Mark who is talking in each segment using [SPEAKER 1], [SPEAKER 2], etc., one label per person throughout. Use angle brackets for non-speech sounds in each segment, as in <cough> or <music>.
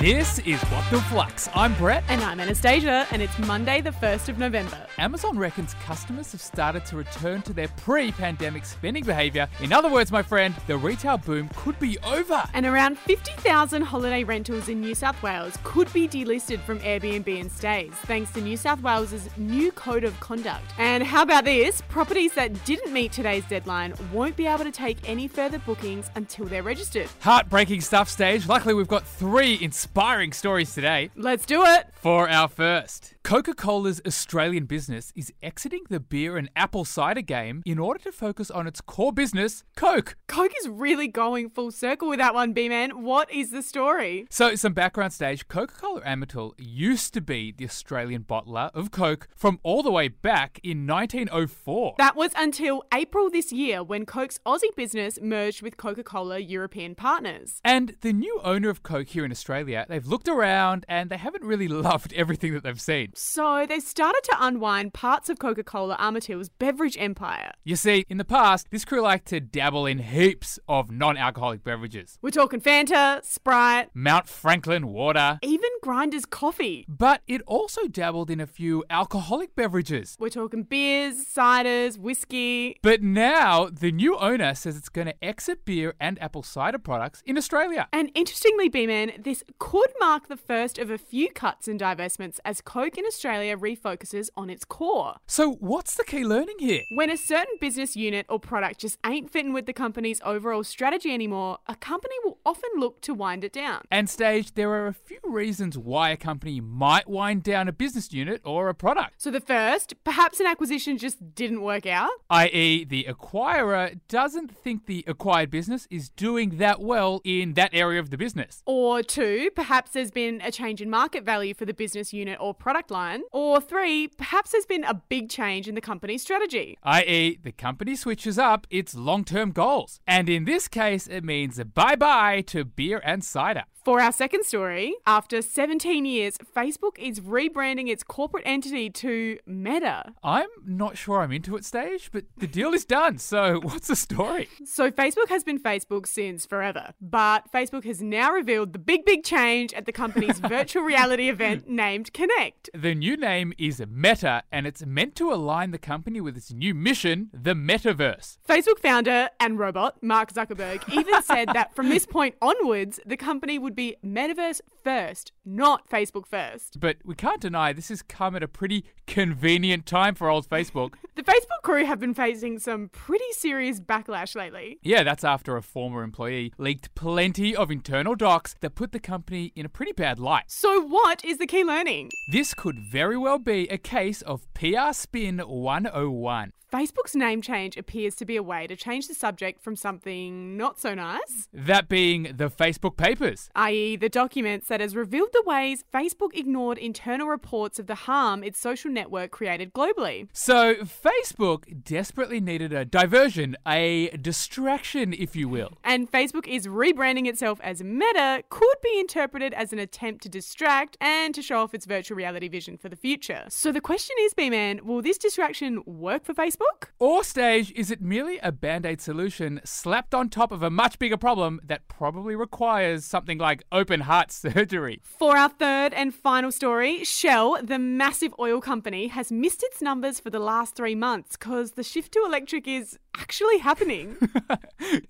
[SPEAKER 1] This is What the Flux. I'm Brett.
[SPEAKER 2] And I'm Anastasia, and it's Monday, the 1st of November.
[SPEAKER 1] Amazon reckons customers have started to return to their pre pandemic spending behaviour. In other words, my friend, the retail boom could be over.
[SPEAKER 2] And around 50,000 holiday rentals in New South Wales could be delisted from Airbnb and stays, thanks to New South Wales's new code of conduct. And how about this? Properties that didn't meet today's deadline won't be able to take any further bookings until they're registered.
[SPEAKER 1] Heartbreaking stuff, stage. Luckily, we've got three inspiring stories today.
[SPEAKER 2] Let's do it!
[SPEAKER 1] For our first, Coca Cola's Australian business is exiting the beer and apple cider game in order to focus on its core business, Coke.
[SPEAKER 2] Coke is really going full circle with that one, B Man. What is the story?
[SPEAKER 1] So, some background stage Coca Cola Amatil used to be the Australian bottler of Coke from all the way back in 1904.
[SPEAKER 2] That was until April this year when Coke's Aussie business merged with Coca Cola European partners.
[SPEAKER 1] and the new owner of Coke here in Australia, they've looked around and they haven't really <laughs> loved everything that they've seen.
[SPEAKER 2] So they started to unwind parts of Coca Cola Amatil's beverage empire.
[SPEAKER 1] You see, in the past, this crew liked to dabble in heaps of non alcoholic beverages
[SPEAKER 2] We're talking Fanta, Sprite,
[SPEAKER 1] Mount Franklin water.
[SPEAKER 2] even Grinder's coffee.
[SPEAKER 1] But it also dabbled in a few alcoholic beverages.
[SPEAKER 2] We're talking beers, ciders, whiskey.
[SPEAKER 1] But now the new owner says it's going to exit beer and apple cider products in Australia.
[SPEAKER 2] And interestingly, B Man, this could mark the first of a few cuts and divestments as Coke in Australia refocuses on its core.
[SPEAKER 1] So, what's the key learning here?
[SPEAKER 2] When a certain business unit or product just ain't fitting with the company's overall strategy anymore, a company will often look to wind it down.
[SPEAKER 1] And stage, there are a few reasons why a company might wind down a business unit or a product.
[SPEAKER 2] So, the first, perhaps an acquisition just didn't work out.
[SPEAKER 1] i.e., the acquirer doesn't think the acquired business is doing that well in that area of the business.
[SPEAKER 2] Or two, perhaps there's been a change in market value for the business unit or product line. Or three, perhaps there's been a big change in the company's strategy.
[SPEAKER 1] I.e., the company switches up its long term goals. And in this case, it means bye bye to beer and cider.
[SPEAKER 2] For our second story, after 17 years, Facebook is rebranding its corporate entity to Meta.
[SPEAKER 1] I'm not sure I'm into it, stage, but the deal is done, so <laughs> what's the story?
[SPEAKER 2] So, Facebook has been Facebook since forever, but Facebook has now revealed the big, big change at the company's virtual reality event named Connect.
[SPEAKER 1] The new name is Meta, and it's meant to align the company with its new mission, the metaverse.
[SPEAKER 2] Facebook founder and robot Mark Zuckerberg even said that from this point onwards, the company would be metaverse first, not Facebook first.
[SPEAKER 1] But we can't deny this has come at a pretty convenient time for old Facebook.
[SPEAKER 2] The Facebook crew have been facing some pretty serious backlash lately.
[SPEAKER 1] Yeah, that's after a former employee leaked plenty of internal docs that put the company in a pretty bad light.
[SPEAKER 2] So, what is the key learning?
[SPEAKER 1] This could very well be a case of PR spin 101.
[SPEAKER 2] Facebook's name change appears to be a way to change the subject from something not so nice,
[SPEAKER 1] That being the Facebook papers.
[SPEAKER 2] i.e., the documents that has revealed the ways Facebook ignored internal reports of the harm its social network created globally.
[SPEAKER 1] So, Facebook desperately needed a diversion, a distraction, if you will.
[SPEAKER 2] And Facebook is rebranding itself as Meta, could be interpreted as an attempt to distract and to show off its virtual reality vision for the future. So the question is, B Man, will this distraction work for Facebook?
[SPEAKER 1] Or stage, is it merely a band aid solution slapped on top of a much bigger problem that probably requires something like open heart <laughs> surgery?
[SPEAKER 2] For our third and final story, Shell, the massive oil company, has missed its numbers for the last three months because the shift to electric is actually happening.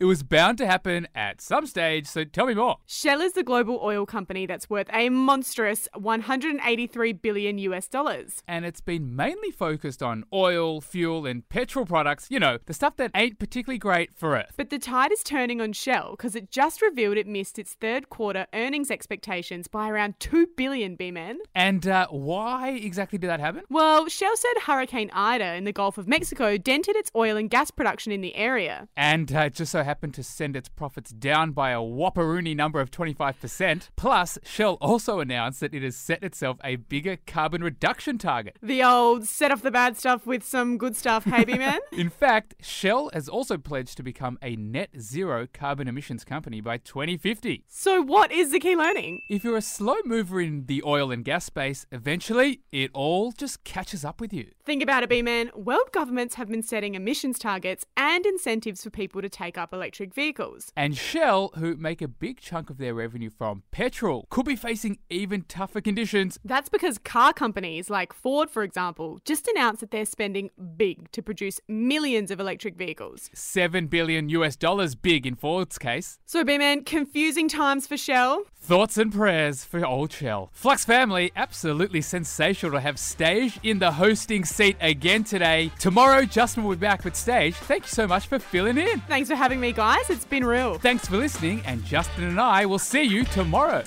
[SPEAKER 1] it was bound to happen at some stage, so tell me more.
[SPEAKER 2] Shell is the global oil company that's worth a monstrous 183 billion US dollars.
[SPEAKER 1] and it's been mainly focused on oil, fuel, and petrol products, you know, the stuff that ain't particularly great for Earth.
[SPEAKER 2] But the tide is turning on Shell because it just revealed it missed its third quarter earnings expectations by around 2 billion B-man.
[SPEAKER 1] And uh, why exactly did that happen?
[SPEAKER 2] Well, Shell said Hurricane Ida in the Gulf of Mexico dented its oil and gas production in the area.
[SPEAKER 1] And uh, it just so happened to send its profits down by a whopperoony number of 25%. Plus, Shell also announced that it has set itself a bigger carbon reduction target.
[SPEAKER 2] The old set off the bad stuff with some good stuff, hey B-man?
[SPEAKER 1] In fact, Shell has also pledged to become a net zero carbon emissions company by 2050.
[SPEAKER 2] so what is the key learning?
[SPEAKER 1] If you're a slow mover in the oil and gas space, eventually it all just catches up with you.
[SPEAKER 2] Think about it, B-man. World governments have been setting emissions targets benefits and incentives for people to take up electric vehicles.
[SPEAKER 1] And Shell, who make a big chunk of their revenue from petrol, could be facing even tougher conditions.
[SPEAKER 2] That's because car companies like Ford, for example, just announced that they're spending big to produce millions of electric vehicles.
[SPEAKER 1] 7 billion US dollars big in Ford's case.
[SPEAKER 2] So, B-Man, confusing times for Shell.
[SPEAKER 1] Thoughts and prayers for old Shell. Flux family, absolutely sensational to have Stage in the hosting seat again today. Tomorrow, Justin will be back with Stage. Thank you so much for filling in.
[SPEAKER 2] Thanks for having me, guys. It's been real.
[SPEAKER 1] Thanks for listening, and Justin and I will see you tomorrow.